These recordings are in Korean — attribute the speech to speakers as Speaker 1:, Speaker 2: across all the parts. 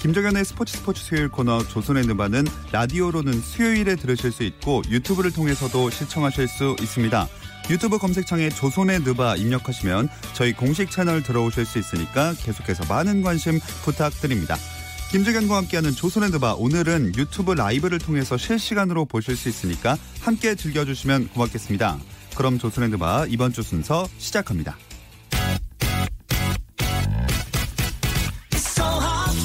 Speaker 1: 김정현의 스포츠 스포츠 수요일 코너 조선의 느바는 라디오로는 수요일에 들으실 수 있고 유튜브를 통해서도 시청하실 수 있습니다. 유튜브 검색창에 조선의 느바 입력하시면 저희 공식 채널 들어오실 수 있으니까 계속해서 많은 관심 부탁드립니다. 김종현과 함께하는 조선의 드바 오늘은 유튜브 라이브를 통해서 실시간으로 보실 수 있으니까 함께 즐겨주시면 고맙겠습니다. 그럼 조선의 드바 이번 주 순서 시작합니다.
Speaker 2: So hot.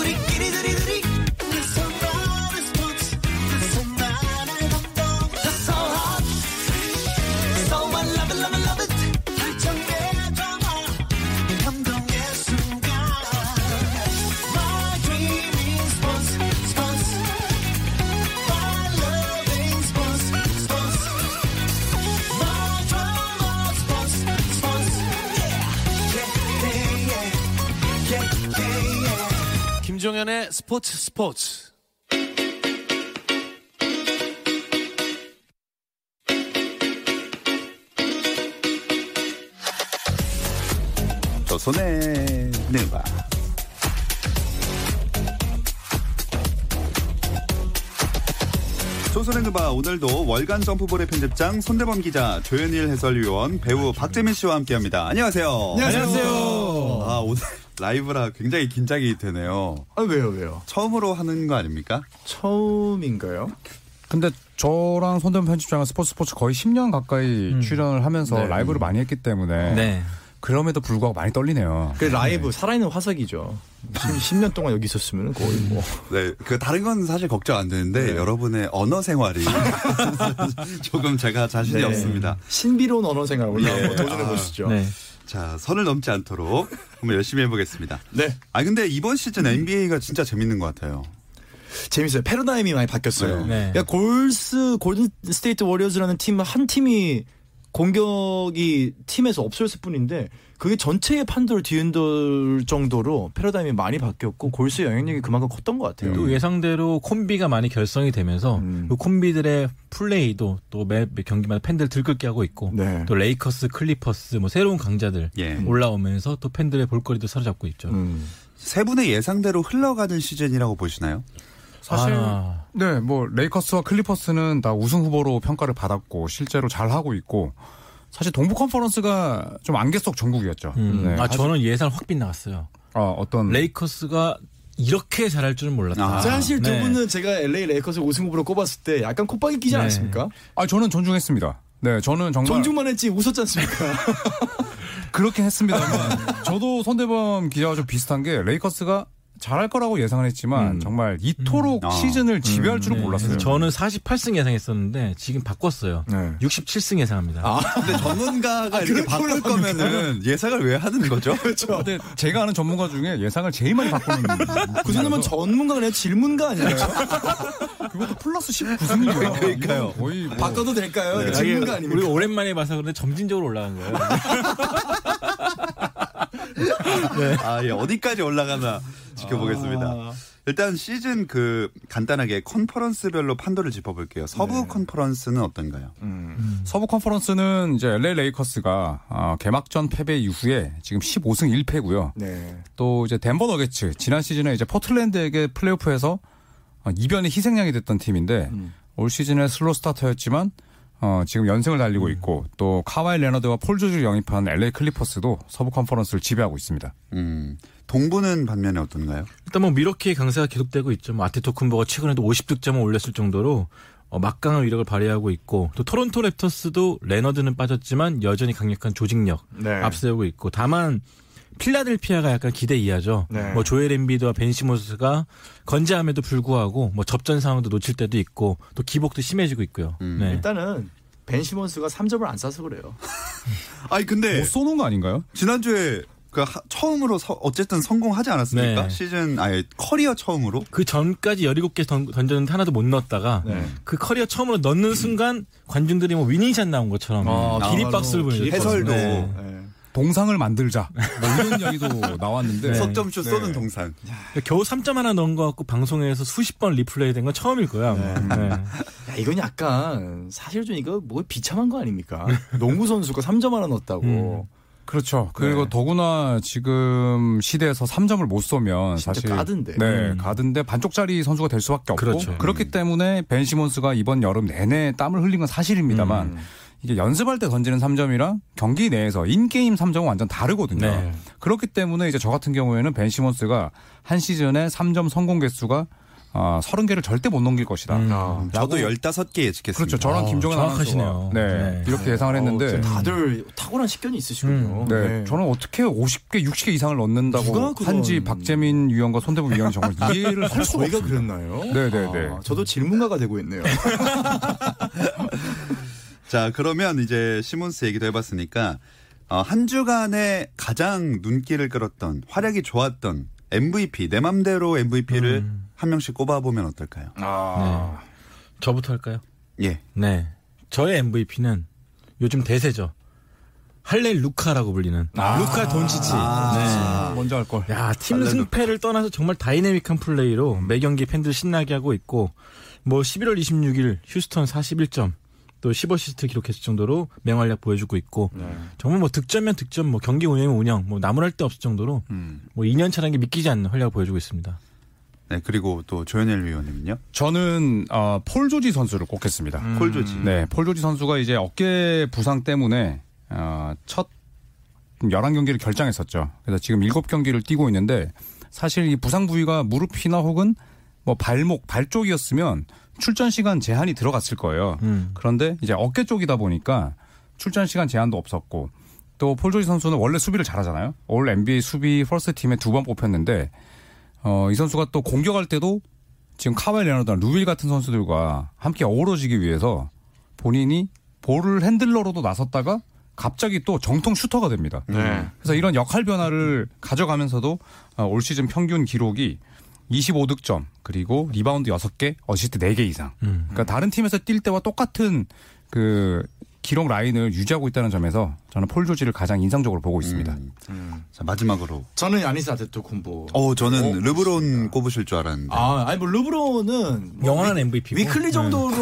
Speaker 2: 우리끼리 두리두리. 내 손발은 스포츠. 내 손발을 감동. So hot. So I love it, love it, love it. 결정의 드라마. 감동의 순간. My dream is sports, sports. My love is sports, sports. My drama, sports, sports. Yeah, yeah, yeah.
Speaker 3: 김종현의 스포츠 스포츠.
Speaker 1: 조선의 드바 조선의 드바 오늘도 월간 점프볼의 편집장 손대범 기자 조현일 해설위원 배우 박재민 씨와 함께합니다. 안녕하세요.
Speaker 4: 안녕하세요.
Speaker 1: 아 오늘 라이브라 굉장히 긴장이 되네요.
Speaker 4: 아 왜요 왜요?
Speaker 1: 처음으로 하는 거 아닙니까?
Speaker 4: 처음인가요?
Speaker 5: 근데 저랑 손대문 편집장은 스포츠 스포츠 거의 10년 가까이 출연을 하면서
Speaker 4: 네.
Speaker 5: 라이브를 많이 했기 때문에
Speaker 6: 음. 네.
Speaker 5: 그럼에도 불구하고 많이 떨리네요.
Speaker 4: 그 라이브 살아있는 화석이죠. 10, 년 동안 여기 있었으면 거의 뭐
Speaker 1: 네, 그 다른 건 사실 걱정 안 되는데 여러분의 언어 생활이 조금 제가 자신이
Speaker 4: 네.
Speaker 1: 없습니다.
Speaker 4: 신비로운 언어 생활 올라
Speaker 1: 예.
Speaker 4: 예. 도전해 보시죠.
Speaker 6: 네.
Speaker 1: 자, 선을 넘지 않도록 한번 열심히 해보겠습니다.
Speaker 4: 네.
Speaker 1: 아 근데 이번 시즌 NBA가 진짜 재밌는 것 같아요.
Speaker 4: 재밌어요. 패러다임이 많이 바뀌었어요.
Speaker 6: 네.
Speaker 4: 그러니까 골스 골든 스테이트 워리어즈라는 팀 한 팀이 공격이 팀에서 없었을 뿐인데 그게 전체의 판도를 뒤흔들 정도로 패러다임이 많이 바뀌었고 골스의 영향력이 그만큼 컸던 것 같아요.
Speaker 6: 또 예상대로 콤비가 많이 결성이 되면서
Speaker 4: 음.
Speaker 6: 그 콤비들의 플레이도 또 매 경기마다 팬들 들끓게 하고 있고
Speaker 4: 네.
Speaker 6: 또 레이커스, 클리퍼스 뭐 새로운 강자들
Speaker 1: 예.
Speaker 6: 올라오면서 또 팬들의 볼거리도 사로잡고 있죠.
Speaker 4: 음.
Speaker 1: 세 분의 예상대로 흘러가는 시즌이라고 보시나요?
Speaker 5: 사실
Speaker 6: 아.
Speaker 5: 네, 뭐 레이커스와 클리퍼스는 다 우승 후보로 평가를 받았고 실제로 잘 하고 있고 사실 동부 컨퍼런스가 좀 안개 속 전국이었죠.
Speaker 6: 음.
Speaker 5: 네,
Speaker 6: 아
Speaker 5: 사실-
Speaker 6: 저는 예상 확 빗나갔어요.
Speaker 5: 아, 어떤
Speaker 6: 레이커스가 이렇게 잘할 줄은 몰랐다.
Speaker 1: 아.
Speaker 4: 사실 두
Speaker 6: 네.
Speaker 4: 분은 제가 LA 레이커스 우승 후보로 꼽았을 때 약간 콧방귀 끼지
Speaker 6: 네.
Speaker 4: 않았습니까?
Speaker 5: 아 저는 존중했습니다. 네, 저는 정말
Speaker 4: 존중만 했지 웃었지 않습니까?
Speaker 5: 그렇긴 했습니다만 저도 손대범 기자와 좀 비슷한 게 레이커스가 잘할 거라고 예상을 했지만 정말 이토록
Speaker 1: 음. 아.
Speaker 5: 시즌을 지배할 줄은
Speaker 6: 네,
Speaker 5: 몰랐어요.
Speaker 6: 그래서 저는 48승 예상했었는데 지금 바꿨어요.
Speaker 4: 네.
Speaker 6: 67승 예상합니다.
Speaker 1: 근데 전문가가 이렇게 바꿀 아, 거면은 예상을 왜 하는 거죠?
Speaker 4: 그렇죠.
Speaker 5: 근데 제가 아는 전문가 중에 예상을 제일 많이 바꾸는
Speaker 4: 그 정도면 전문가가 아니라 질문가 아니에요?
Speaker 5: 그것도 플러스 19승이에요.
Speaker 1: 그러니까요.
Speaker 5: 거의 뭐
Speaker 4: 바꿔도 아, 될까요? 이게 질문가 아닙니까?
Speaker 6: 우리 오랜만에 봐서 그런데 점진적으로 올라간 거예요.
Speaker 1: 아, 예. 어디까지 올라가나 지켜보겠습니다. 일단 시즌 그 간단하게 컨퍼런스별로 판도를 짚어볼게요. 서부 컨퍼런스는 어떤가요?
Speaker 5: 서부 컨퍼런스는 이제 LA 레이커스가 아, 개막전 패배 이후에 지금 15승 1패고요.
Speaker 4: 네.
Speaker 5: 또 이제 덴버 너게츠 지난 시즌에 이제 포틀랜드에게 플레이오프에서 어, 이변의 희생양이 됐던 팀인데 올 시즌에 슬로 스타터였지만 어, 지금 연승을 달리고 있고 또 카와이 레너드와 폴 조지를 영입한 LA 클리퍼스도 서부 컨퍼런스를 지배하고 있습니다.
Speaker 1: 음. 동부는 반면에 어떤가요?
Speaker 6: 일단 뭐 미러키의 강세가 계속되고 있죠. 뭐 아테토쿤보가 최근에도 50득점을 올렸을 정도로 어, 막강한 위력을 발휘하고 있고 또 토론토 랩터스도 레너드는 빠졌지만 여전히 강력한 조직력
Speaker 4: 네.
Speaker 6: 앞세우고 있고 다만 필라델피아가 약간 기대 이하죠.
Speaker 4: 네.
Speaker 6: 뭐 조엘 엠비드와 벤시모스가 건재함에도 불구하고 뭐 접전 상황도 놓칠 때도 있고 또 기복도 심해지고 있고요. 네.
Speaker 4: 음. 일단은 벤 시몬스가 3점을 안 싸서 그래요.
Speaker 1: 아니 근데
Speaker 5: 못뭐 쏘는 거 아닌가요?
Speaker 1: 지난주에 그 그 하- 처음으로 서- 어쨌든 성공하지 않았습니까?
Speaker 6: 네.
Speaker 1: 시즌 아예 커리어 처음으로
Speaker 6: 그 전까지 17개 던- 던졌는데 하나도 못 넣었다가 그 커리어 처음으로 넣는 순간 관중들이 뭐 위닝샷 나온 것처럼
Speaker 4: 아,
Speaker 6: 기립박수를
Speaker 4: 나와요.
Speaker 6: 보내줬어요.
Speaker 1: 해설도
Speaker 6: 네.
Speaker 5: 동상을 만들자 뭐 이런 이야기도 나왔는데
Speaker 1: 석점슛
Speaker 5: 네.
Speaker 1: 쏘는 동산.
Speaker 6: 겨우 3점 하나 넣은 거 갖고 방송에서 수십 번 리플레이 된 건 처음일 거야. 아마. 네.
Speaker 4: 야, 이건 약간 사실 좀 이거 뭐 비참한 거 아닙니까? 농구 선수가 3점 하나 넣었다고. 어,
Speaker 6: 음.
Speaker 5: 그렇죠. 그리고 더구나 지금 시대에서 3점을 못 쏘면
Speaker 4: 진짜
Speaker 5: 사실
Speaker 4: 가든데.
Speaker 5: 네,
Speaker 6: 음.
Speaker 5: 가든데 반쪽짜리 선수가 될 수밖에 없고
Speaker 6: 그렇죠.
Speaker 5: 기 때문에 벤 시몬스가 이번 여름 내내 땀을 흘린 건 사실입니다만
Speaker 6: 음.
Speaker 5: 이게 연습할 때 던지는 3점이랑 경기 내에서 인게임 3점은 완전 다르거든요.
Speaker 6: 네.
Speaker 5: 그렇기 때문에 이제 저 같은 경우에는 벤 시몬스가 한 시즌에 3점 성공 개수가 아, 30개를 절대 못 넘길 것이다.
Speaker 4: 아,
Speaker 1: 저도 15개 예측했습니다.
Speaker 5: 그렇죠. 저랑
Speaker 6: 어,
Speaker 5: 김종현
Speaker 6: 음. 정확하시네요.
Speaker 5: 아나운서가, 네,
Speaker 6: 네.
Speaker 5: 이렇게 예상을 했는데
Speaker 4: 어우, 다들 탁월한 식견이 있으시군요.
Speaker 5: 네. 저는 어떻게 50개, 60개 이상을
Speaker 4: 누가
Speaker 5: 넣는다고
Speaker 4: 그건-
Speaker 5: 한지 박재민 위원과 손대부 위원이 정말 이해를 할 수가
Speaker 4: 저희가
Speaker 5: 없어요.
Speaker 4: 그랬나요?
Speaker 5: 네, 네, 네.
Speaker 4: 아, 저도 질문가가 되고 있네요.
Speaker 1: 자, 그러면 이제 시몬스 얘기도 해봤으니까 어, 한 주간에 가장 눈길을 끌었던 활약이 좋았던 MVP 내 맘대로 MVP를
Speaker 5: 음.
Speaker 1: 한 명씩 꼽아보면 어떨까요?
Speaker 6: 저부터 할까요?
Speaker 1: 예.
Speaker 6: 네. 저의 MVP는 요즘 대세죠. 할렐 루카라고 불리는 루카 돈치치.
Speaker 4: 네.
Speaker 5: 먼저 할 걸.
Speaker 6: 네. 야, 팀
Speaker 1: 할렐
Speaker 6: 승패를 떠나서 정말 다이내믹한 플레이로 매 경기 팬들 신나게 하고 있고 뭐 11월 26일 휴스턴 41점 또 10어시스트 기록했을 정도로 맹활약 보여주고 있고 정말 뭐 득점면 득점 뭐 경기 운영이면 운영 뭐 나무랄 데 없을 정도로 뭐 2년 차라는 게 믿기지 않는 활약을 보여주고 있습니다.
Speaker 1: 네, 그리고 또 조현일 위원님은요?
Speaker 5: 저는 어, 폴 조지 선수를 꼽겠습니다.
Speaker 1: 콜 조지.
Speaker 5: 네, 폴 조지 선수가 이제 어깨 부상 때문에 어, 첫 11경기를 결장했었죠. 그래서 지금 7경기를 뛰고 있는데 사실 이 부상 부위가 무릎이나 혹은 뭐 발목, 발 쪽이었으면 출전 시간 제한이 들어갔을 거예요.
Speaker 6: 음.
Speaker 5: 그런데 이제 어깨 쪽이다 보니까 출전 시간 제한도 없었고 또 폴조지 선수는 원래 수비를 잘하잖아요. 올 NBA 수비 퍼스트 팀에 두 번 뽑혔는데 어, 이 선수가 또 공격할 때도 지금 카와이 레너드나 루빌 같은 선수들과 함께 어우러지기 위해서 본인이 볼을 핸들러로도 나섰다가 갑자기 또 정통 슈터가 됩니다. 음. 그래서 이런 역할 변화를 가져가면서도 어, 올 시즌 평균 기록이 25득점 그리고 리바운드 6개, 어시스트 4개 이상. 그러니까 다른 팀에서 뛸 때와 똑같은 그 기록 라인을 유지하고 있다는 점에서 저는 폴 조지를 가장 인상적으로 보고 있습니다.
Speaker 1: 자, 마지막으로.
Speaker 4: 저는 야니스 아데토쿤보.
Speaker 1: 어, 저는 르브론 꼽으실 줄 알았는데.
Speaker 4: 아, 아니 뭐 르브론은 뭐
Speaker 6: 영원한 MVP. 고.
Speaker 4: 위클리 정도로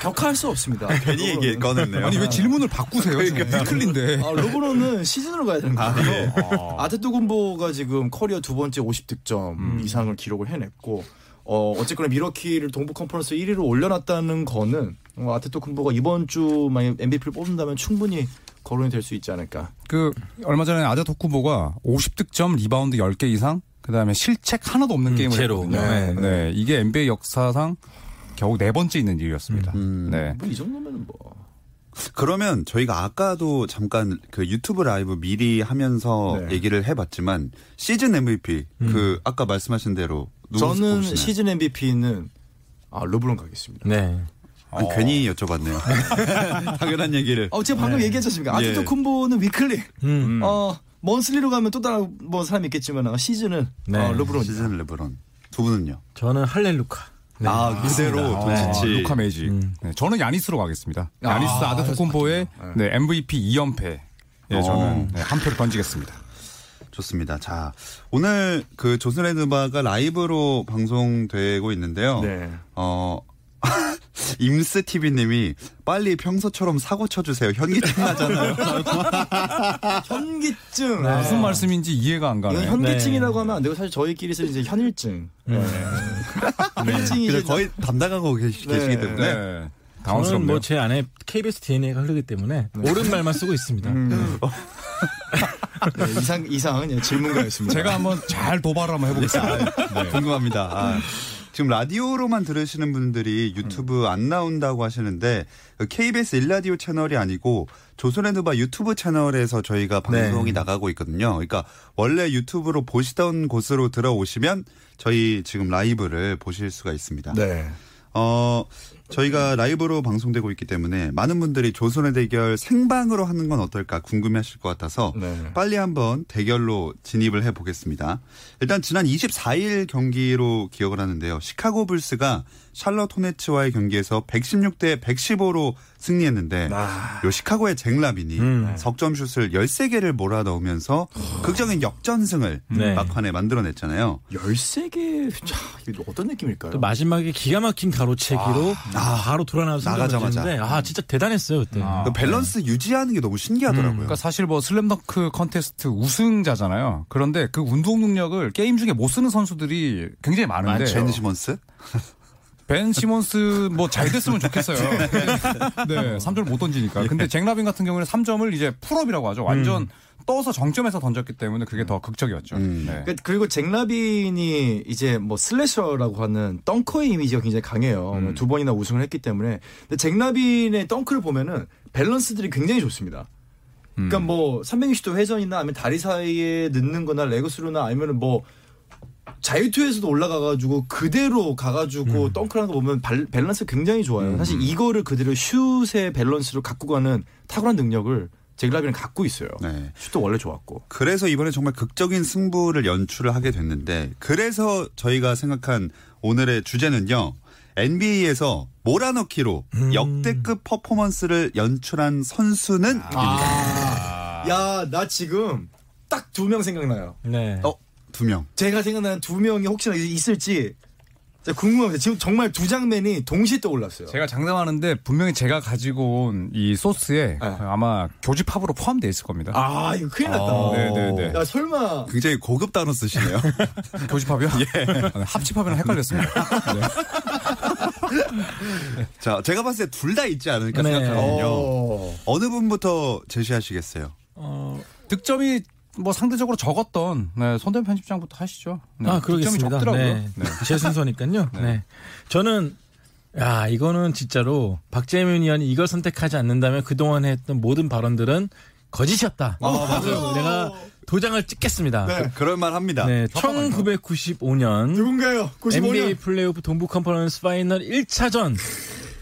Speaker 4: 격할 수 없습니다.
Speaker 1: 괜히 얘기 꺼냈네요. 그러니까.
Speaker 5: 아니 왜 질문을 바꾸세요? 지금 위클린데.
Speaker 4: 아, 르브론은 시즌으로 가야 되는 거예요. 아. 아테토군보가 지금 커리어 두 번째 50득점 이상을 기록을 해냈고 어, 어쨌거나 미러키를 동부 컨퍼런스 1위로 올려놨다는 거는 어, 아테토군보가 이번 주 만약 MVP를 뽑는다면 충분히 거론이 될 수 있지 않을까.
Speaker 5: 그 얼마 전에 아자 토쿠보가 50득점 리바운드 10개 이상 그다음에 실책 하나도 없는 게임을
Speaker 6: 제로.
Speaker 5: 했거든요.
Speaker 6: 네,
Speaker 5: 네, 이게 NBA 역사상 겨우 네 번째 있는 일이었습니다. 네.
Speaker 4: 뭐 이 정도면은 뭐.
Speaker 1: 그러면 저희가 아까도 잠깐 그 유튜브 라이브 미리 하면서
Speaker 4: 네.
Speaker 1: 얘기를 해봤지만 시즌 MVP 그 아까 말씀하신 대로 누구
Speaker 4: 저는
Speaker 1: 꼽으시나요?
Speaker 4: 시즌 MVP는 아, 르브론 가겠습니다.
Speaker 6: 네.
Speaker 1: 아니, 괜히 여쭤봤네요. 당연한 얘기를.
Speaker 4: 어, 제가 방금 얘기했잖습니까?
Speaker 1: 예.
Speaker 4: 아테토쿤보는 위클리.
Speaker 6: 음.
Speaker 4: 어, 먼슬리로 가면 또 다른 뭐 사람이 있겠지만 어, 시즌은
Speaker 6: 네.
Speaker 4: 어, 르브론.
Speaker 1: 시즌 르브론 아, 두 분은요?
Speaker 6: 저는 할렐 루카.
Speaker 1: 아 그대로
Speaker 5: 아,
Speaker 1: 돈치치.
Speaker 5: 루카 메이지.
Speaker 6: 음.
Speaker 5: 네, 저는 야니스로 가겠습니다. 야니스 아, 아드 토쿤보의 네, MVP 2연패. 예, 저는 네, 한 표를 던지겠습니다.
Speaker 1: 좋습니다. 자 오늘 그 조선의 드바가 라이브로 방송되고 있는데요.
Speaker 4: 네.
Speaker 1: 어 임스 TV님이 빨리 평소처럼 사고 쳐주세요. 현기증 나잖아요.
Speaker 4: 현기증.
Speaker 5: 무슨 말씀인지 이해가
Speaker 4: 네.
Speaker 5: 안
Speaker 4: 이건
Speaker 5: 가네요.
Speaker 4: 현기증이라고 하면 안 되고 사실 저희끼리서 이제 현일증. 네. 음. 현일증이
Speaker 1: 그래서
Speaker 4: 이제
Speaker 1: 거의 담당하고 계시, 계시기 때문에
Speaker 5: 네.
Speaker 6: 저는
Speaker 5: 당황스럽네요.
Speaker 6: 뭐 제 안에 KBS DNA가 흐르기 때문에 옳은 말만 쓰고 있습니다.
Speaker 4: 네, 이상 이상은 예,
Speaker 6: 뭐
Speaker 4: 질문가였습니다.
Speaker 5: 제가 한번 잘 도발을 한번 해보겠습니다.
Speaker 1: 네, 궁금합니다. 아, 지금 라디오로만 들으시는 분들이 유튜브 안 나온다고 하시는데 그 KBS 일라디오 채널이 아니고 조선앤드바 유튜브 채널에서 저희가 방송이 나가고 있거든요. 그러니까 원래 유튜브로 보시던 곳으로 들어오시면 저희 지금 라이브를 보실 수가 있습니다.
Speaker 4: 네.
Speaker 1: 어, 저희가 라이브로 방송되고 있기 때문에 많은 분들이 조선의 대결 생방으로 하는 건 어떨까 궁금해하실 것 같아서
Speaker 4: 네.
Speaker 1: 빨리 한번 대결로 진입을 해보겠습니다. 일단 지난 24일 경기로 기억을 하는데요. 시카고 불스가 샬럿 호네츠와의 경기에서 116대 115로 승리했는데
Speaker 5: 아.
Speaker 1: 요 시카고의 잭라빈이
Speaker 5: 음.
Speaker 1: 네. 석점슛을 13개를 몰아넣으면서 극적인 역전승을
Speaker 6: 네.
Speaker 1: 막판에 만들어냈잖아요.
Speaker 4: 13개 자, 이거 어떤 느낌일까요?
Speaker 6: 또그 마지막에 기가 막힌 가로채기로 바로 돌아나서
Speaker 1: 나가자마자.
Speaker 6: 생각했는데 아 진짜 대단했어요 그때.
Speaker 1: 그 밸런스 유지하는 게 너무 신기하더라고요.
Speaker 5: 아, 네. 그러니까 사실 뭐 슬램덩크 컨테스트 우승자잖아요. 그런데 그 운동 능력을 게임 중에 못 쓰는 선수들이 굉장히 많은데
Speaker 1: 벤 시먼스?
Speaker 5: 벤 시몬스 뭐 잘 됐으면 좋겠어요. 네, 3점을 못 던지니까. 근데 잭라빈 같은 경우는 3점을 이제 풀업이라고 하죠. 완전 떠서 정점에서 던졌기 때문에 그게 더 극적이었죠. 네.
Speaker 4: 그- 그리고 잭라빈이 이제 뭐 슬래셔라고 하는 덩커의 이미지가 굉장히 강해요. 뭐 두 번이나 우승을 했기 때문에. 근데 잭라빈의 덩크를 보면은 밸런스들이 굉장히 좋습니다. 그러니까 뭐 360도 회전이나 아니면 다리 사이에 넣는 거나 레그스로나 아니면은 뭐 자유투에서도 올라가가지고 그대로 가가지고 덩크라는 거 보면 발- 밸런스 굉장히 좋아요. 사실 이거를 그대로 슛의 밸런스로 갖고 가는 탁월한 능력을 잭라빈은 갖고 있어요.
Speaker 1: 네.
Speaker 4: 슛도 원래 좋았고.
Speaker 1: 그래서 이번에 정말 극적인 승부를 연출을 하게 됐는데 그래서 저희가 생각한 오늘의 주제는요. NBA에서 몰아넣기로 역대급 퍼포먼스를 연출한 선수는
Speaker 4: 아. 야 나 지금 딱 두 명 생각나요.
Speaker 6: 네.
Speaker 1: 어, 두 명.
Speaker 4: 제가 생각나는 두 명이 혹시나 있을지 진짜 궁금합니다. 지금 정말 두 장면이 동시에 떠올랐어요.
Speaker 5: 제가 장담하는데 분명히 제가 가지고 온 이 소스에 아마 교집합으로 포함되어 있을 겁니다.
Speaker 4: 아 이거 큰일 났다.
Speaker 5: 네네네.
Speaker 4: 야 설마
Speaker 1: 굉장히 고급 단어 쓰시네요.
Speaker 5: 교집합이요? 예. 합집합이랑 헷갈렸습니다. 네.
Speaker 1: 자, 제가 봤을 때 둘 다 있지 않을까
Speaker 6: 네.
Speaker 1: 생각하거든요.
Speaker 4: 어.
Speaker 1: 어느 분부터 제시하시겠어요?
Speaker 5: 득점이 뭐 상대적으로 적었던 네, 손대 편집장부터 하시죠. 네,
Speaker 6: 아
Speaker 5: 득점이
Speaker 6: 그러겠습니다.
Speaker 5: 적더라고요.
Speaker 6: 네. 제 순서니까요. 네. 저는 야 이거는 진짜로 박재민 의원이 이걸 선택하지 않는다면 그동안 했던 모든 발언들은 거짓이었다. 맞아요. 내가 도장을 찍겠습니다.
Speaker 1: 그- 그럴 만 합니다.
Speaker 6: 네, 1995년
Speaker 4: 누군가요? 95년
Speaker 6: NBA 플레이오프 동부 컨퍼런스 파이널 1차전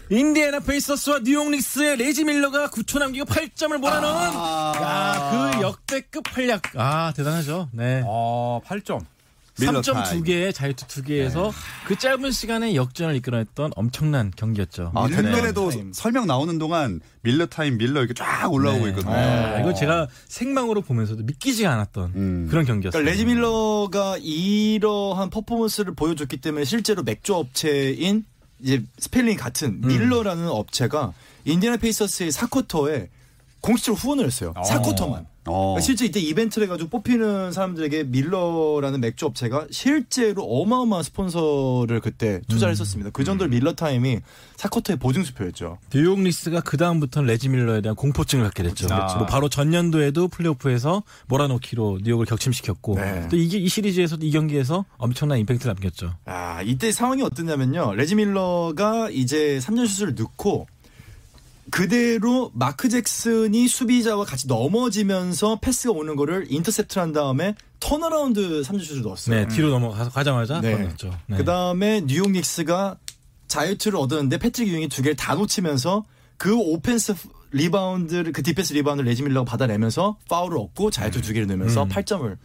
Speaker 6: 인디애나 페이서스와 뉴욕 닉스의 레지 밀러가 9초 남기고 8점을 몰아넣은 야, 그 역대급 활약 아 대단하죠. 네.
Speaker 5: 아, 8점.
Speaker 1: 밀러
Speaker 6: 3점
Speaker 1: 타임.
Speaker 6: 2개, 자유투 2개에서 그 짧은 시간에 역전을 이끌어냈던 엄청난 경기였죠.
Speaker 1: 아,
Speaker 6: 네.
Speaker 1: 댓글에도
Speaker 4: 타임.
Speaker 1: 설명 나오는 동안 밀러 타임 밀러 이렇게 쫙 올라오고 있거든요.
Speaker 6: 아, 이거 제가 생방으로 보면서도 믿기지가 않았던 그런 경기였어요.
Speaker 4: 그러니까 레지 밀러가 이러한 퍼포먼스를 보여줬기 때문에 실제로 맥주 업체인 이제 스펠링 같은 밀러라는 업체가 인디애나 페이서스의 4쿼터에 공식적으로 후원을 했어요. 4쿼터만. 그러니까
Speaker 1: 어.
Speaker 4: 실제 이때 이벤트를 해가지고 뽑히는 사람들에게 밀러라는 맥주 업체가 실제로 어마어마한 스폰서를 그때 투자를 했었습니다. 그 정도로 밀러 타임이 4쿼터의 보증수표였죠.
Speaker 6: 뉴욕 리스가 그 다음부터는 레지 밀러에 대한 공포증을 갖게 됐죠.
Speaker 5: 그렇죠.
Speaker 6: 뭐 바로 전년도에도 플레이오프에서 몰아넣기로 뉴욕을 격침시켰고
Speaker 4: 네.
Speaker 6: 또 이게 이 시리즈에서도 이 경기에서 엄청난 임팩트를 남겼죠.
Speaker 4: 아, 이때 상황이 어땠냐면요. 레지 밀러가 이제 3점 슛을 넣고 그대로 마크 잭슨이 수비자와 같이 넘어지면서 패스가 오는 거를 인터셉트를 한 다음에 턴어라운드 3점 슛을 넣었어요.
Speaker 6: 네, 뒤로 넘어가서 가자마자
Speaker 4: 음. 네.
Speaker 6: 넣었죠. 네.
Speaker 4: 그다음에 뉴욕 닉스가 자유투를 얻었는데 패트릭 유잉이 두 개를 다 놓치면서 그 오펜스 리바운드를 그 디펜스 리바운드를 레지 밀러가 받아내면서 파울을 얻고 자유투
Speaker 6: 네.
Speaker 4: 두 개를 넣으면서
Speaker 6: 음.
Speaker 4: 8점을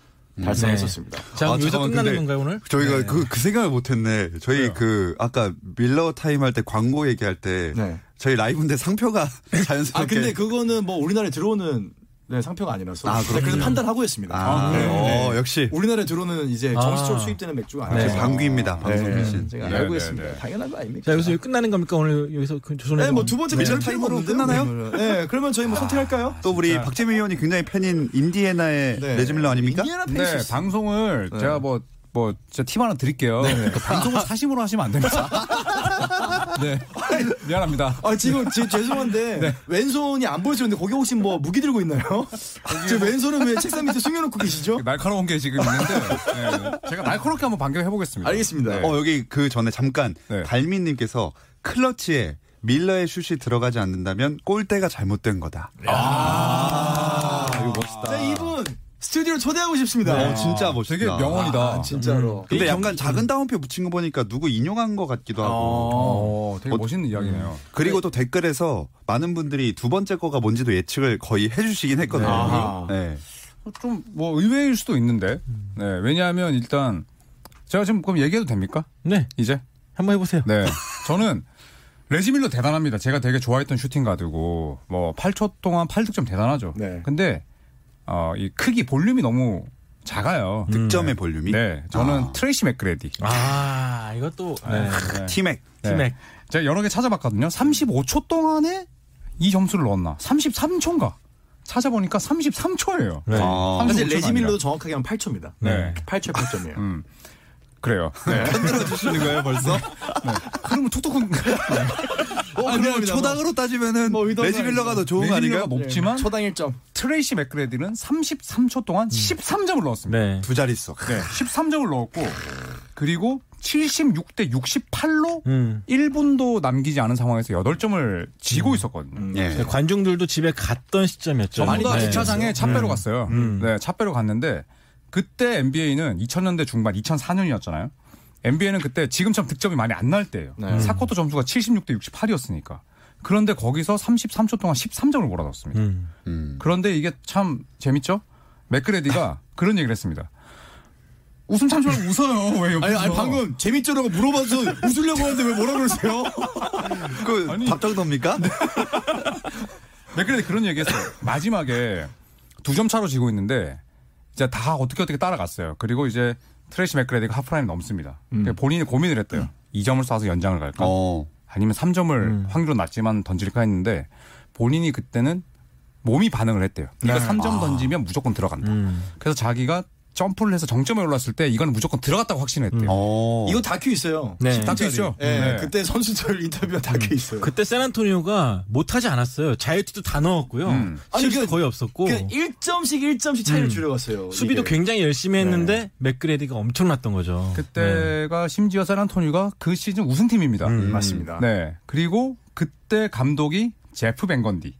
Speaker 4: 달성했었습니다.
Speaker 6: 자,
Speaker 1: 아,
Speaker 6: 그럼 여기서
Speaker 1: 잠깐만,
Speaker 6: 끝나는
Speaker 1: 근데
Speaker 6: 건가요 오늘?
Speaker 1: 저희가
Speaker 4: 네.
Speaker 1: 그, 그 생각을 못했네. 저희 그 아까 밀러 타임 할 때 광고 얘기할 때
Speaker 4: 네.
Speaker 1: 저희 라이브인데 상표가
Speaker 4: 아
Speaker 1: 자연스럽게.
Speaker 4: 근데 그거는 뭐 우리나라에 들어오는 네, 상표가 아니라서 그래서 판단하고 했습니다.
Speaker 1: 아,
Speaker 4: 네.
Speaker 1: 어, 역시
Speaker 4: 우리나라에 들어오는 이제 정식적으로 수입되는 맥주가 아니라
Speaker 1: 역시 네. 방귀입니다. 방송
Speaker 4: 네.
Speaker 1: 대신.
Speaker 4: 제가
Speaker 5: 네,
Speaker 4: 알고
Speaker 5: 네,
Speaker 4: 있습니다.
Speaker 5: 네.
Speaker 4: 당연한 거 아닙니까?
Speaker 6: 자, 여기서 여기 끝나는 겁니까 오늘 여기서 그 조선의
Speaker 4: 네, 뭐 두 번째
Speaker 1: 밀러
Speaker 4: 미션
Speaker 1: 타임으로
Speaker 4: 타임으로
Speaker 1: 끝나나요?
Speaker 4: 끝나나요? 네, 그러면 저희 뭐 선택할까요?
Speaker 1: 또 우리 박재민 의원이 굉장히 팬인 인디애나의
Speaker 4: 네.
Speaker 1: 레즈밀러 아닙니까?
Speaker 4: 인디애나
Speaker 5: 네,
Speaker 4: 페이스.
Speaker 5: 방송을 제가 뭐, 뭐, 진짜 팁 하나 드릴게요. 그 방송을 사심으로 하시면 안 됩니다. 네. 미안합니다.
Speaker 4: 아 지금 제, 죄송한데 왼손이 안 보여지는데 거기 혹시 뭐 무기 들고 있나요? 제 왼손은 왜 책상 밑에 숨겨놓고 계시죠?
Speaker 5: 날카로운 게 지금 있는데, 네, 제가 날카롭게 한번 반격해 보겠습니다.
Speaker 4: 알겠습니다.
Speaker 1: 어, 여기 그 전에 잠깐
Speaker 5: 네.
Speaker 1: 달민님께서 클러치에 밀러의 슛이 들어가지
Speaker 4: 네.
Speaker 1: 않는다면 골대가 잘못된 거다.
Speaker 4: 자 이분 스튜디오 초대하고 싶습니다.
Speaker 1: 어, 진짜 멋있다.
Speaker 5: 되게 명언이다.
Speaker 4: 아, 진짜로.
Speaker 1: 근데 약간 작은 따옴표 붙인 거 보니까 누구 인용한 것
Speaker 4: 아.
Speaker 1: 같기도 하고.
Speaker 5: 어, 되게
Speaker 1: 어,
Speaker 5: 멋있는 이야기네요.
Speaker 1: 그리고 또 댓글에서 많은 분들이 두 번째 거가 뭔지도 예측을 거의 해주시긴 했거든요.
Speaker 4: 아하.
Speaker 1: 네.
Speaker 5: 좀 뭐 의외일 수도 있는데. 네, 왜냐하면 일단 제가 지금 그럼 얘기해도 됩니까?
Speaker 6: 네,
Speaker 5: 이제?
Speaker 6: 한번 해보세요.
Speaker 5: 네. 저는 레지밀러 대단합니다. 제가 되게 좋아했던 슈팅 가드고 뭐 8초 동안 8득점 대단하죠.
Speaker 4: 네.
Speaker 5: 근데 어, 이 크기 볼륨이 너무 작아요.
Speaker 1: 득점의 볼륨이.
Speaker 5: 네. 저는
Speaker 1: 아.
Speaker 5: 트레이시 맥그레디.
Speaker 6: 음. 아, 이것도 네.
Speaker 5: 네.
Speaker 1: 티맥.
Speaker 5: 네.
Speaker 6: 티맥.
Speaker 5: 제가 여러 개 찾아봤거든요. 35초 동안에 이 점수를 넣었나? 33초인가? 찾아보니까 33초예요.
Speaker 6: 네.
Speaker 1: 아.
Speaker 5: 삼-
Speaker 4: 사실
Speaker 5: 아니라.
Speaker 4: 레지밀로도 정확하게 하면 8초입니다.
Speaker 5: 네.
Speaker 4: 8초 8점이에요.
Speaker 5: 그래요. 네.
Speaker 1: 흔들어 주시는 거예요 벌써?
Speaker 5: 그러면 툭툭
Speaker 1: 아, 어, 그냥 초당으로 따지면은
Speaker 4: 뭐 의도는
Speaker 1: 레지밀러가 더 좋은 거
Speaker 5: 레지밀러가
Speaker 1: 아닌가요?
Speaker 5: 높지만
Speaker 4: 초당 1점.
Speaker 5: 트레이시 맥그레디는 33초 동안
Speaker 6: 음.
Speaker 5: 13점을 넣었습니다.
Speaker 6: 네.
Speaker 1: 두 자릿수.
Speaker 5: 네, 13점을 넣었고 그리고 76대 68로
Speaker 6: 음.
Speaker 5: 1분도 남기지 않은 상황에서 8점을
Speaker 4: 음.
Speaker 5: 지고 있었거든요.
Speaker 6: 네.
Speaker 1: 예.
Speaker 6: 관중들도 집에 갔던 시점이었죠.
Speaker 4: 음.
Speaker 5: 전부 다
Speaker 6: 네.
Speaker 5: 주차장에 차 빼러 갔어요. 네, 차 빼러 갔는데 그때 NBA는 2000년대 중반 2004년이었잖아요. NBA는 그때 지금처럼 득점이 많이 안 날 때예요.
Speaker 4: 네.
Speaker 5: 사코토 점수가 76대 68이었으니까. 그런데 거기서 33초 동안 13점을 몰아넣었습니다.
Speaker 6: 음.
Speaker 5: 그런데 이게 참 재밌죠? 맥그레디가 그런 얘기를 했습니다. 웃음 참 좋아 웃어요. 왜
Speaker 4: 아니,
Speaker 5: 옆에서.
Speaker 4: 아니 방금 재밌죠라고 물어봐서 웃으려고 하는데 왜 뭐라 그러세요?
Speaker 1: 그 답정도입니까?
Speaker 5: 네, 맥그레디 그런 얘기했어요. 마지막에 두 점 차로 지고 있는데 이제 다 어떻게 어떻게 따라갔어요. 그리고 이제 트레이시 맥그레디가 하프라임 넘습니다. 그래서 본인이 고민을 했대요. 이 2점을 쏴서 연장을 갈까?
Speaker 1: 어.
Speaker 5: 아니면 3점을 확률은 낮지만 던질까 했는데 본인이 그때는 몸이 반응을 했대요. 이거 3점 던지면 무조건 들어간다. 그래서 자기가 점프를 해서 정점에 올랐을 때 이건 무조건 들어갔다고 확신했대요.
Speaker 1: 어.
Speaker 4: 이거 다큐 있어요.
Speaker 6: 네.
Speaker 5: 다큐 있죠?
Speaker 4: 예,
Speaker 5: 네.
Speaker 4: 그때 선수들 인터뷰 다큐 있어요.
Speaker 6: 그때 샌안토니오가 못하지 않았어요. 자유투도 다 넣었고요.
Speaker 5: 음.
Speaker 6: 실수
Speaker 4: 아니, 그-
Speaker 6: 거의 없었고.
Speaker 4: 그냥 1점씩 1점씩 차이를 줄여갔어요.
Speaker 6: 수비도
Speaker 4: 이게. 네.
Speaker 6: 굉장히 열심히 했는데 맥그레디가 엄청났던 거죠.
Speaker 5: 그때가 심지어 샌안토니가 그 시즌 우승팀입니다.
Speaker 6: 음.
Speaker 4: 맞습니다.
Speaker 5: 네. 그리고 그때 감독이 제프 벵건디.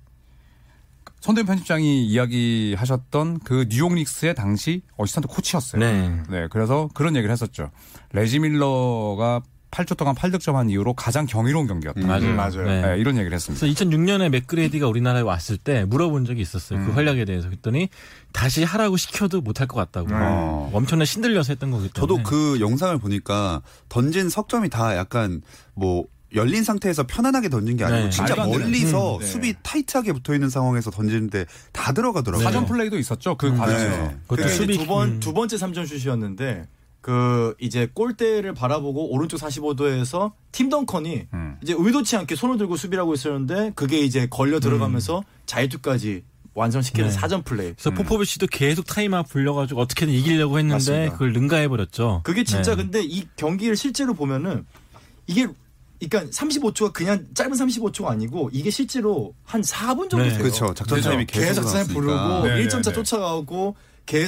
Speaker 5: 선대현 편집장이 이야기하셨던 그 뉴욕 닉스의 당시 어시스턴트 코치였어요.
Speaker 4: 음,
Speaker 6: 네.
Speaker 5: 네, 그래서 그런 얘기를 했었죠. 레지 밀러가 8초 동안 8득점한 이후로 가장 경이로운 경기였다.
Speaker 6: 맞아요.
Speaker 4: 맞아요.
Speaker 6: 네.
Speaker 5: 네, 이런 얘기를 했습니다.
Speaker 6: 그래서 2006년에 맥그레디가 우리나라에 왔을 때 물어본 적이 있었어요.
Speaker 4: 음.
Speaker 6: 그 활약에 대해서 그랬더니 다시 하라고 시켜도 못할 것 같다고.
Speaker 4: 네.
Speaker 1: 어.
Speaker 6: 엄청나 신들려서 했던 거기 때문에.
Speaker 1: 저도 그 영상을 보니까 던진 석점이 다 약간 뭐 열린 상태에서 편안하게 던진 게 아니고
Speaker 6: 네.
Speaker 1: 진짜
Speaker 5: 말도 안 되는.
Speaker 1: 멀리서
Speaker 5: 음, 네.
Speaker 1: 수비 타이트하게 붙어 있는 상황에서 던지는데 다 들어가더라고요.
Speaker 5: 사전 플레이도 있었죠. 그 과정에서.
Speaker 1: 네.
Speaker 6: 그것도
Speaker 4: 그게
Speaker 6: 수비
Speaker 4: 두 번 두
Speaker 6: 음.
Speaker 4: 번째 3점 슛이었는데 그 이제 골대를 바라보고 오른쪽 45도에서 팀 덩컨이
Speaker 5: 음.
Speaker 4: 이제 의도치 않게 손을 들고 수비를 하고 있었는데 그게 이제 걸려 들어가면서 자유투까지 완성시키는
Speaker 6: 네.
Speaker 4: 사전 플레이.
Speaker 6: 그래서 포포비치도 계속 타임아웃 불려가지고 어떻게든 이기려고 했는데
Speaker 4: 음. 맞습니다.
Speaker 6: 그걸 능가해버렸죠.
Speaker 4: 그게 진짜
Speaker 6: 네.
Speaker 4: 근데 이 경기를 실제로 보면은 이게 그러니까 35초가 그냥 짧은 35초가 아니고 이게 실제로 한 4분 정도
Speaker 6: 네.
Speaker 4: 돼요.
Speaker 1: 그렇죠. 작전 타임이 계속
Speaker 4: 계속 사 부르고
Speaker 5: 네,
Speaker 4: 1점차
Speaker 5: 네, 네.
Speaker 4: 쫓아가고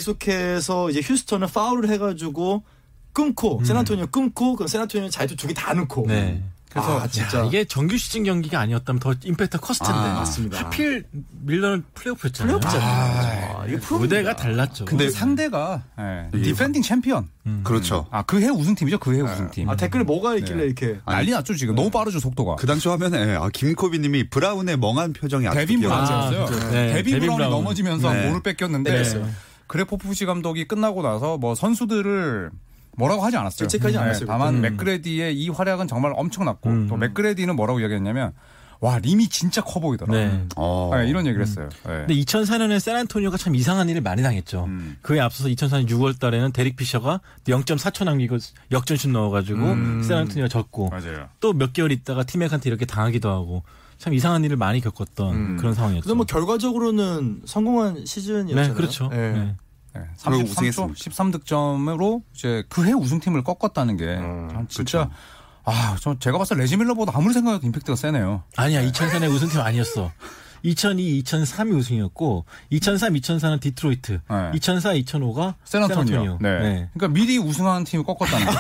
Speaker 4: 계속해서 이제 휴스턴은 파울을 해가지고 끊고 세나토니오 끊고 그럼 세나토니오 자유투 두 개 다 넣고
Speaker 6: 음. 네.
Speaker 4: 그래서 아, 진짜
Speaker 6: 이게 정규 시즌 경기가 아니었다면 더 임팩트 컸을 텐데.
Speaker 1: 아,
Speaker 4: 맞습니다.
Speaker 6: 하필 밀러는 플레이오프였잖아요.
Speaker 4: 플레이오프잖아요. 이게 프로
Speaker 6: 무대가 달랐죠.
Speaker 5: 근데 상대가 네,
Speaker 1: 이게
Speaker 5: 디펜딩 챔피언.
Speaker 1: 그렇죠.
Speaker 5: 아, 그 해 우승팀이죠. 그 해 우승팀.
Speaker 4: 아 댓글에 뭐가 있길래
Speaker 5: 네.
Speaker 4: 이렇게
Speaker 5: 난리 났죠, 지금. 너무 빠르죠, 속도가.
Speaker 1: 그 당시 화면에 아, 김코비님이 브라운의 멍한 표정이 아주
Speaker 5: 데빈
Speaker 1: 기억나요.
Speaker 5: 브라운
Speaker 6: 아,
Speaker 5: 씨였어요.
Speaker 6: 그렇죠. 네,
Speaker 5: 데빈
Speaker 6: 데빈
Speaker 5: 브라운이
Speaker 6: 브라운.
Speaker 5: 넘어지면서
Speaker 1: 네.
Speaker 5: 몸을 뺏겼는데
Speaker 6: 네.
Speaker 5: 그래 포프시 감독이 끝나고 나서 뭐 선수들을 뭐라고 하지 않았어요. 네,
Speaker 4: 질책하지 않았어요, 그때.
Speaker 5: 다만 맥그레디의 이 활약은 정말 엄청났고 또 맥그레디는 뭐라고 이야기했냐면 와 림이 진짜 커 보이더라.
Speaker 6: 네.
Speaker 1: 어.
Speaker 5: 네, 이런 얘기를 했어요. 네.
Speaker 6: 근데 2004년에 샌안토니오가 참 이상한 일을 많이 당했죠. 그에 앞서서 2004년 6월 달에는 데릭 피셔가 0.4초 남기고 역전슛 넣어가지고 샌안토니오가 졌고
Speaker 5: 맞아요.
Speaker 6: 또 몇 개월 있다가 팀맥한테 이렇게 당하기도 하고 참 이상한 일을 많이 겪었던 그런 상황이었죠.
Speaker 4: 그래서 뭐 결과적으로는 성공한 시즌이었잖아요.
Speaker 6: 네, 그렇죠.
Speaker 4: 예.
Speaker 6: 네.
Speaker 5: 네,
Speaker 1: 그리고
Speaker 5: 33초,
Speaker 1: 우승했습니다.
Speaker 5: 13득점으로 이제 그 해 우승팀을 꺾었다는 게 참 진짜 아, 저 제가 봤을 때 레지밀러보다 아무리 생각해도 임팩트가 세네요.
Speaker 6: 아니야, 2004년에 우승팀 아니었어. 2002, 2003이 우승이었고 2003, 2004는 디트로이트,
Speaker 5: 네.
Speaker 6: 2004, 2005가
Speaker 5: 세나토니오. 네. 그러니까 미리 우승하는 팀을 꺾었다는 거.
Speaker 6: 네.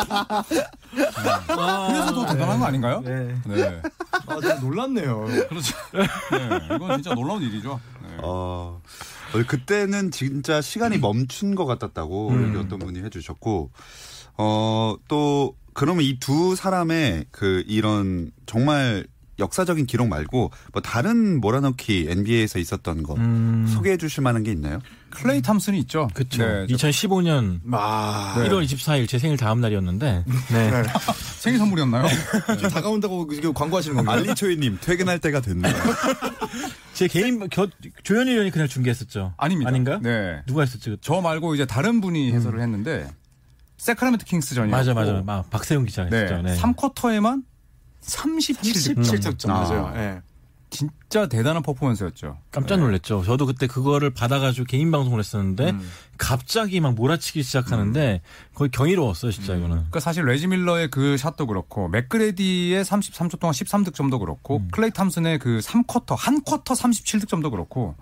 Speaker 5: 네.
Speaker 6: 아,
Speaker 5: 그래서 더 대단한 거 아닌가요? 네.
Speaker 4: 아, 좀 놀랐네요.
Speaker 5: 그렇죠. 네, 이건 진짜 놀라운 일이죠. 네.
Speaker 1: 어, 어, 그때는 진짜 시간이 멈춘 것 같았다고 여기 어떤 분이 해주셨고 어 또 그러면 이 두 사람의 그 이런 정말 역사적인 기록 말고 뭐 다른 몰아넣기 NBA에서 있었던 거 소개해 주실 만한 게 있나요?
Speaker 5: 클레이 탐슨이 있죠.
Speaker 6: 음. 그쵸.
Speaker 5: 네, 저 네.
Speaker 6: 2015년
Speaker 4: 아,
Speaker 6: 1월 24일 제 생일 다음 날이었는데 네.
Speaker 5: 생일 선물이었나요?
Speaker 4: 다가온다고 이게 광고하시는 겁니까?
Speaker 1: 알리초이님 퇴근할 때가 됐네요.
Speaker 6: 제 개인 겨, 조현일 의원이 그날 중계했었죠.
Speaker 5: 아닙니다.
Speaker 6: 아닌가요?
Speaker 5: 네.
Speaker 6: 누가 했었죠? 저-
Speaker 5: 저 말고 이제 다른 분이 해설을 했는데 세크라멘트 킹스전이요.
Speaker 6: 맞아 맞아. 아, 박세웅 기자
Speaker 5: 네.
Speaker 6: 했었죠. 네.
Speaker 5: 3쿼터에만 37득점.
Speaker 4: 37점 맞아요.
Speaker 1: 아.
Speaker 6: 네.
Speaker 4: 예.
Speaker 5: 진짜 대단한 퍼포먼스였죠.
Speaker 6: 깜짝 놀랐죠. 저도 그때 그거를 받아가지고 개인 방송을 했었는데
Speaker 5: 음.
Speaker 6: 갑자기 막 몰아치기 시작하는데 거의 경이로웠어요, 진짜 이거는.
Speaker 5: 그러니까 사실 레지 밀러의 그 샷도 그렇고 맥그레디의 33초 동안 13득점도 그렇고
Speaker 1: 음.
Speaker 5: 클레이 탐슨의 그 3쿼터 한 쿼터 37득점도 그렇고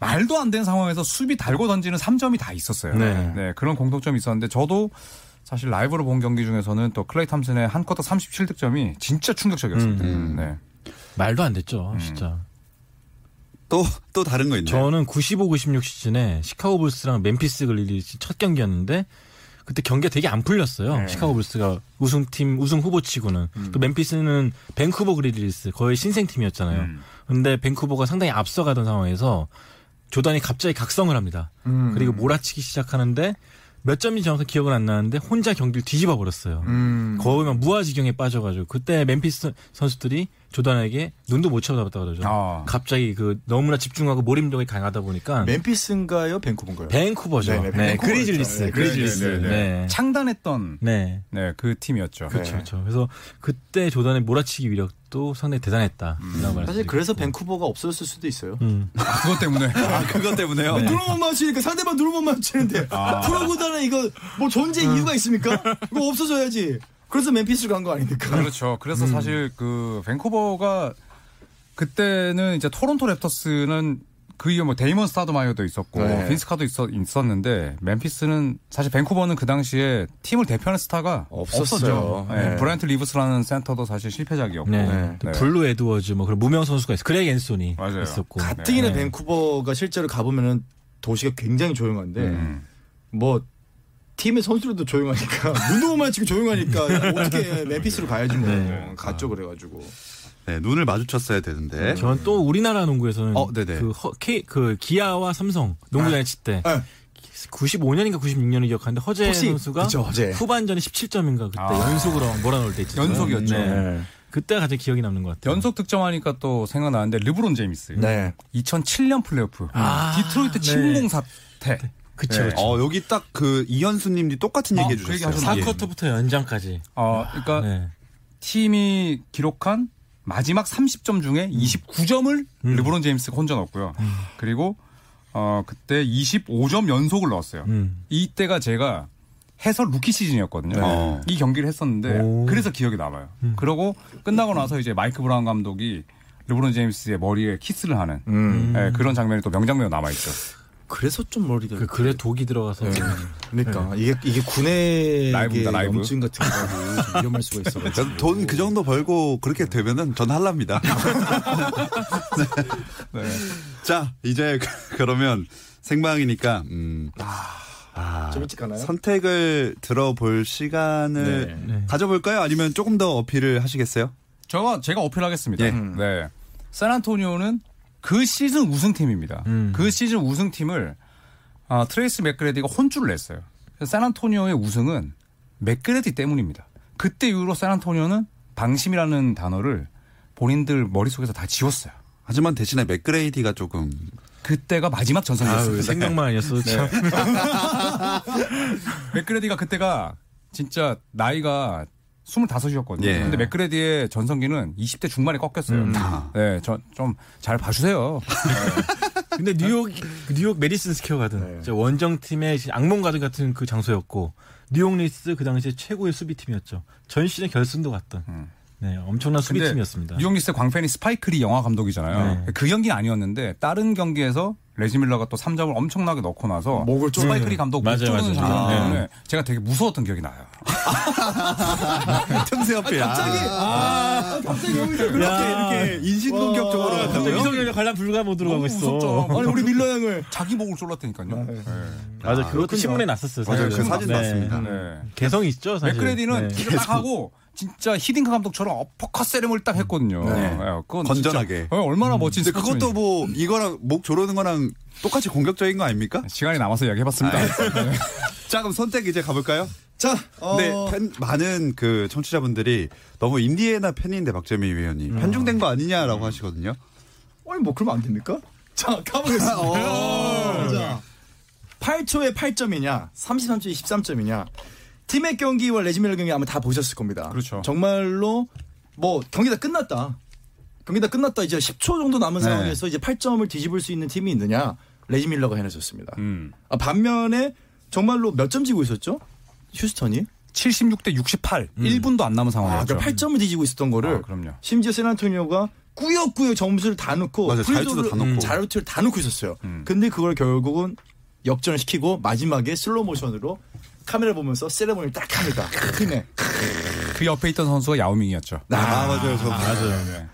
Speaker 5: 말도 안 되는 상황에서 수비 달고 던지는 3점이 다 있었어요.
Speaker 6: 네.
Speaker 5: 그런 공통점이 있었는데 저도 사실 라이브로 본 경기 중에서는 또 클레이 탐슨의 한 쿼터 37득점이 진짜
Speaker 1: 음.
Speaker 5: 충격적이었습니다. 네.
Speaker 6: 말도 안 됐죠, 진짜.
Speaker 1: 또 또 다른 거 있나요?
Speaker 6: 네, 저는 95, 96 시즌에 시카고 불스랑 멤피스 글리리지 첫 경기였는데 그때 경기가 되게 안 풀렸어요. 시카고 불스가 우승팀 우승 후보치고는 또 멤피스는 밴쿠버 글리리스 거의 신생팀이었잖아요. 근데 밴쿠버가 상당히 앞서가던 상황에서 조단이 갑자기 각성을 합니다. 그리고 몰아치기 시작하는데 몇 점이 정확히 기억은 안 나는데 혼자 경기를 뒤집어 버렸어요.
Speaker 1: 음.
Speaker 5: 음.
Speaker 4: 음.
Speaker 6: 거의 막 무아지경에 빠져가지고 그때 멤피스 선수들이 조단에게 눈도 못 쳐다봤다 그러죠.
Speaker 5: 아.
Speaker 6: 갑자기 그 너무나 집중하고 몰입력이 강하다 보니까
Speaker 4: 아. 멤피스인가요? 밴쿠버인가요?
Speaker 6: 밴쿠버죠.
Speaker 4: 네,
Speaker 6: 네,
Speaker 4: 네, 밴쿠버였죠.
Speaker 6: 그리즐리스,
Speaker 4: 네,
Speaker 6: 그리즐리스.
Speaker 1: 네, 네,
Speaker 6: 네.
Speaker 5: 음. 창단했던
Speaker 6: 네.
Speaker 5: 네, 그 팀이었죠.
Speaker 6: 그렇죠, 그렇죠. 그래서 그때 조단의 몰아치기 위력도 상당히 대단했다.
Speaker 4: 음. 네. 사실 그래서 밴쿠버가 없어졌을 수도 있어요.
Speaker 6: 음. 네.
Speaker 5: 아, 그것 때문에 네.
Speaker 1: 아 그것 때문에요.
Speaker 4: 눈을 못 맞추니까 상대방 눈을 못 맞추는데
Speaker 6: 아.
Speaker 4: 프로보다는 이거 뭐 존재
Speaker 6: 음.
Speaker 4: 이유가 있습니까? 이거 없어져야지. 그래서 멤피스 간 거 아닙니까?
Speaker 5: 그렇죠.
Speaker 4: 음.
Speaker 5: 그래서 사실 그 밴쿠버가 그때는 이제 토론토 랩터스는 그 이후 뭐 데이먼 스타드마이어도 있었고
Speaker 4: 네.
Speaker 5: 빈스카도 있었, 는데 멤피스는 사실 밴쿠버는 그 당시에 팀을 대표하는 스타가
Speaker 4: 없었어요. 네.
Speaker 5: 없었죠. 예, 브라이언트 리브스라는 센터도 사실 실패작이었고
Speaker 6: 네.
Speaker 5: 네.
Speaker 6: 또 블루 에드워즈 뭐 그런 무명 선수가 있어. 그렉 앤소니
Speaker 5: 맞아요.
Speaker 6: 있었고.
Speaker 4: 가뜩이나
Speaker 6: 네.
Speaker 4: 밴쿠버가 실제로 가보면은 도시가 굉장히 조용한데
Speaker 5: 음.
Speaker 4: 뭐 팀의 선수들도 조용하니까 눈도 못 맞추고 조용하니까 어떻게 멤피스로 가야지 뭐
Speaker 6: 네.
Speaker 4: 갔죠 그래가지고
Speaker 1: 네, 눈을 마주쳤어야 되는데.
Speaker 6: 네. 저는 또 우리나라 농구에서는
Speaker 1: 어, 네네.
Speaker 6: 그, 허, K, 그 기아와 삼성 농구단에 칠때
Speaker 4: 네.
Speaker 6: 95년인가 96년을 기억하는데 허재
Speaker 4: 혹시-
Speaker 6: 선수가
Speaker 4: 그쵸, 허재.
Speaker 6: 후반전에 17점인가 그때 연속으로 막 몰아넣을 때 있었어요.
Speaker 5: 아. 연속이었죠.
Speaker 4: 네.
Speaker 6: 그때 가장 기억이 남는 것 같아요.
Speaker 5: 연속 득점하니까 또 생각나는데 르브론 제임스.
Speaker 4: 네
Speaker 5: 2007년 플레이오프
Speaker 6: 아,
Speaker 5: 디트로이트
Speaker 6: 네.
Speaker 5: 침공 사태.
Speaker 6: 그쵸,
Speaker 5: 네.
Speaker 6: 그쵸.
Speaker 1: 어 여기 딱 그 이현수님이 똑같은
Speaker 5: 아,
Speaker 1: 얘기해
Speaker 5: 그 얘기
Speaker 1: 주셨어요.
Speaker 5: 하셨나요?
Speaker 1: 예.
Speaker 6: 4쿼터부터 연장까지.
Speaker 5: 어, 그러니까
Speaker 6: 네.
Speaker 5: 팀이 기록한 마지막 30점
Speaker 6: 음.
Speaker 5: 중에 29점을 르브론 제임스 가 혼자 넣었고요. 그리고 어 그때 25점 연속을 넣었어요.
Speaker 6: 음.
Speaker 5: 이때가 제가 해설 루키 시즌이었거든요.
Speaker 1: 네.
Speaker 5: 이 경기를 했었는데
Speaker 6: 오. 음.
Speaker 5: 그래서 기억이 남아요. 그러고 끝나고 나서 이제 마이크 브라운 감독이 르브론 제임스의 머리에 키스를 하는
Speaker 6: 음.
Speaker 5: 예, 그런 장면이 또 명장면 으로 남아 있죠.
Speaker 4: 그래서 좀 머리가
Speaker 6: 그 글에 독이 들어가서.
Speaker 4: 네. 그러니까 이게 이게 군의
Speaker 5: 라이브입니다, 라이브.
Speaker 4: 염증 같은 거라도 좀 위험할 수가 있어.
Speaker 1: 전 돈 그 정도 벌고 그렇게 되면은 전 할랍니다. 네. 네. 자, 이제 그- 그러면 생방이니까 음,
Speaker 4: 좀 일찍 가나요?
Speaker 1: 선택을 들어볼 시간을 가져볼까요? 아니면 조금 더 어필을 하시겠어요?
Speaker 5: 제가 제가 어필하겠습니다.
Speaker 1: 예.
Speaker 5: 네. 샌안토니오는 그 시즌 우승팀입니다. 그 시즌 우승팀을 아, 트레이스 맥그레디가 혼쭐을 냈어요. 그래서 샌안토니오의 우승은 맥그레디 때문입니다. 그때 이후로 샌안토니오는 방심이라는 단어를 본인들 머릿속에서 다 지웠어요.
Speaker 1: 하지만 대신에 맥그레이디가 조금
Speaker 5: 그때가 마지막
Speaker 6: 아유,
Speaker 5: 전성기였습니다.
Speaker 6: 생각만 아니었어. 참.
Speaker 5: 맥그레디가 그때가 진짜 나이가 25이었거든요.
Speaker 1: 예.
Speaker 5: 근데 맥그레디의 전성기는 20대 중반에 꺾였어요. 네, 저 좀 잘 봐주세요.
Speaker 6: 근데 뉴욕, 뉴욕 메디슨 스퀘어 가든. 진짜 원정팀의 이제 악몽 가든 같은 그 장소였고, 뉴욕 리스 그 당시에 최고의 수비팀이었죠. 전 시즌 결승도 갔던. 네, 엄청난
Speaker 5: 근데
Speaker 6: 수비팀이었습니다.
Speaker 5: 뉴욕 리스의 광팬이 스파이크리 영화 감독이잖아요.
Speaker 6: 네.
Speaker 5: 그 경기는 아니었는데 다른 경기에서 레지밀러가 또 3점을 엄청나게 넣고 나서
Speaker 4: 목을 쪼-
Speaker 5: 스파이크리 감독 목
Speaker 6: 맞아요, 네.
Speaker 5: 조르는
Speaker 6: 맞아요.
Speaker 5: 장면
Speaker 1: 아.
Speaker 5: 때문에 제가 되게 무서웠던 기억이 나요.
Speaker 1: 틈새 앞에. 아, 갑자기.
Speaker 4: 아, 갑자기 여기서 그렇게
Speaker 1: 이렇게 인신공격적으로
Speaker 6: 갑자기
Speaker 1: 한다고요?
Speaker 6: 이성열이 관람 불가 모드로 가고 있어.
Speaker 5: 무섭죠. 아니 우리 밀러 형을 자기 목을 졸랐다니까요. 네.
Speaker 6: 맞아, 그것도 신문에 났었어요.
Speaker 1: 맞아요. 그
Speaker 6: 사실은.
Speaker 1: 사진
Speaker 6: 네.
Speaker 1: 났습니다.
Speaker 5: 네.
Speaker 6: 개성이 있죠, 사실.
Speaker 5: 맥그레디는
Speaker 6: 네.
Speaker 5: 뒤를 딱 하고 진짜 히딩크 감독처럼 어퍼컷 세레모니를 딱 했거든요. 예, 그건
Speaker 1: 건전하게.
Speaker 5: 진짜, 어, 얼마나 멋진
Speaker 1: 근데 그것도
Speaker 5: 스포츠맨이-
Speaker 1: 뭐 이거랑 목 조르는 거랑 똑같이 공격적인 거 아닙니까?
Speaker 5: 시간이 남아서 이야기해봤습니다.
Speaker 1: 자 그럼 선택 이제 가볼까요?
Speaker 4: 자, 어,
Speaker 1: 네, 팬- 많은 그 청취자분들이 너무 인디애나 팬인데 박재민 위원이
Speaker 4: 음.
Speaker 1: 편중된 거 아니냐라고 하시거든요.
Speaker 4: 아니 뭐 그러면 안 됩니까? 자,
Speaker 5: 어.
Speaker 4: 가보겠습니다. 자, 8초에 8점이냐, 33초에 13점이냐. 팀의 경기와 레지멜 경기 아마 다 보셨을 겁니다.
Speaker 5: 그렇죠.
Speaker 4: 정말로 뭐 경기 다 끝났다. 경기 다 끝났다. 이제 10초 정도 남은
Speaker 1: 네.
Speaker 4: 상황에서 이제 8점을 뒤집을 수 있는 팀이 있느냐? 레지밀러가 해내줬습니다.
Speaker 5: 음.
Speaker 4: 아, 반면에 정말로 몇 점 지고 있었죠? 휴스턴이?
Speaker 5: 76대 68, 1분도 안 남은
Speaker 4: 아,
Speaker 5: 상황이었죠.
Speaker 4: 그러니까 8점을 뒤지고 있었던 거를
Speaker 5: 그렇죠. 아, 그럼요.
Speaker 4: 심지어 샌안토니오가 꾸역꾸역 점수를 다 넣고 음,
Speaker 1: 맞아요. 자유투도 다 넣고.
Speaker 4: 자유투를 다 넣고 있었어요. 근데 그걸 결국은 역전을 시키고 마지막에 슬로우 모션으로 카메라 보면서 세레모니를 딱 합니다. 네. 팀에
Speaker 5: 그 옆에 있던 선수가 야오밍이었죠.
Speaker 1: 아, 맞아요. 저 맞아요.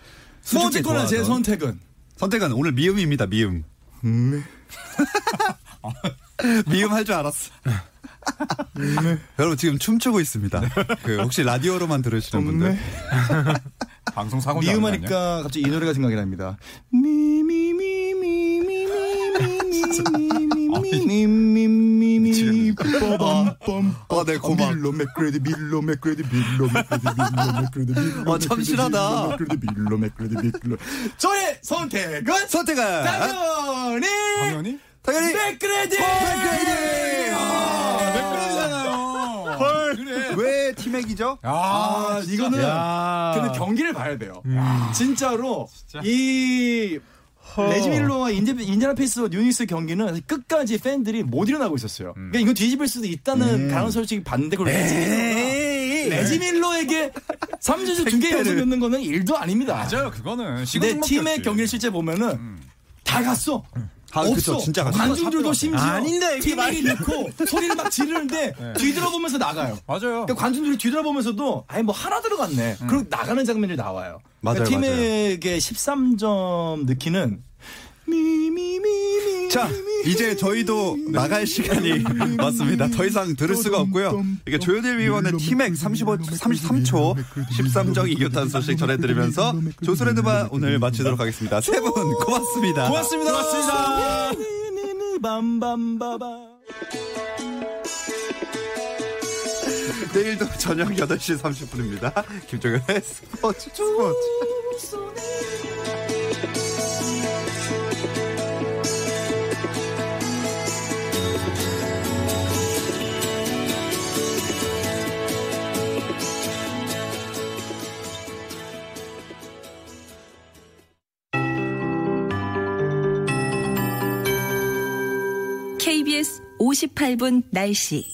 Speaker 4: 뭐 어쨌거나 제 선택은
Speaker 1: 선택은 오늘 미음입니다. 미음.
Speaker 4: 네.
Speaker 1: 미음 할 줄 알았어.
Speaker 4: 네.
Speaker 1: 여러분 지금 춤추고 있습니다. 그 혹시 라디오로만 들으시는
Speaker 4: 네.
Speaker 1: 분들
Speaker 5: 방송 사고
Speaker 4: 미음하니까 갑자기 이 노래가 생각이 납니다. 미미미미미미미미미미미미미미미
Speaker 1: 아, 네, 고마워.
Speaker 4: 밀로 맥그레디 밀로 맥그레디 밀로 맥그레디 밀로 맥그레디 밀로
Speaker 1: 아, 참
Speaker 4: 맥그레디,
Speaker 1: 실하다.
Speaker 4: 밀로 맥그레디 밀로 맥그레디 밀로 저의 선택은
Speaker 1: 선택은
Speaker 4: 당연히
Speaker 5: 당연히?
Speaker 1: 아. 당연히
Speaker 4: 맥그레디
Speaker 1: 백그레디! 아, 백그레디잖아요. 왜 티맥이죠?
Speaker 5: 아,
Speaker 4: 아 이거는 근데 경기를 봐야 돼요 아, 진짜로 이 레지밀로와 인디, 인디아나 페이스와 뉴닉스 경기는 끝까지 팬들이 못 일어나고 있었어요. 그러니까 이거 뒤집을 수도 있다는 가능성을 솔직히 봤는데 그걸 레지밀로가 레지밀로에게 3주째 두개 연속 넣는 거는 일도 아닙니다.
Speaker 5: 맞아요. 그거는
Speaker 4: 근데
Speaker 5: 시공
Speaker 4: 팀의 경기를 실제 보면은 다 갔어.
Speaker 1: 다
Speaker 4: 없어.
Speaker 1: 그쵸, 진짜 갔어.
Speaker 4: 관중들도 심지어 팀이 넣고 소리를 막 지르는데 뒤돌아보면서 나가요.
Speaker 5: 맞아요.
Speaker 4: 그러니까 관중들이 뒤돌아보면서도 아니 뭐 하나 들어갔네. 그리고 나가는 장면이 나와요.
Speaker 1: 맞아요,
Speaker 4: 팀에게 13점 넣기는 미미미미
Speaker 1: 자, 이제 저희도 나갈 시간이 왔습니다. 더 이상 들을 수가 없고요. 이게 조현일 위원의 티맥 35, 33초 13정 이교탄 소식 전해드리면서 조선레드바 오늘 마치도록 하겠습니다. 세 분 고맙습니다.
Speaker 4: 고맙습니다. 고맙습니다. 밤밤바바
Speaker 1: 내일도 저녁 8시 30분입니다. 김종현의 스포츠 스포츠.
Speaker 7: KBS 58분 날씨.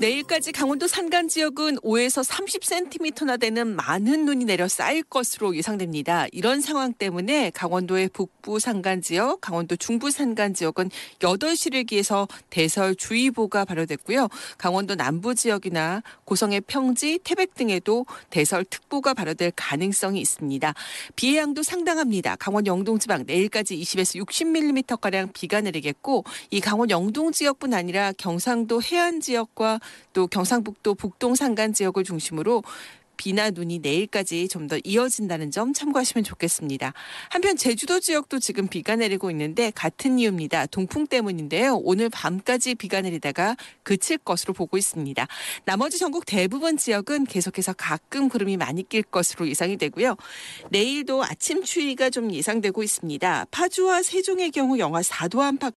Speaker 8: 내일까지 강원도 산간 지역은 5에서 30cm나 되는 많은 눈이 내려 쌓일 것으로 예상됩니다. 이런 상황 때문에 강원도의 북부 산간 지역, 강원도 중부 산간 지역은 8시를 기해서 대설 주의보가 발효됐고요. 강원도 남부 지역이나 고성의 평지, 태백 등에도 대설 특보가 발효될 가능성이 있습니다. 비의 양도 상당합니다. 강원 영동 지방 내일까지 20에서 60mm 가량 비가 내리겠고 이 강원 영동 지역뿐 아니라 경상도 해안 지역과 또 경상북도 북동 산간 지역을 중심으로 비나 눈이 내일까지 좀 더 이어진다는 점 참고하시면 좋겠습니다. 한편 제주도 지역도 지금 비가 내리고 있는데 같은 이유입니다. 동풍 때문인데요. 오늘 밤까지 비가 내리다가 그칠 것으로 보고 있습니다. 나머지 전국 대부분 지역은 계속해서 가끔 구름이 많이 낄 것으로 예상이 되고요. 내일도 아침 추위가 좀 예상되고 있습니다. 파주와 세종의 경우 영하 4도 안팎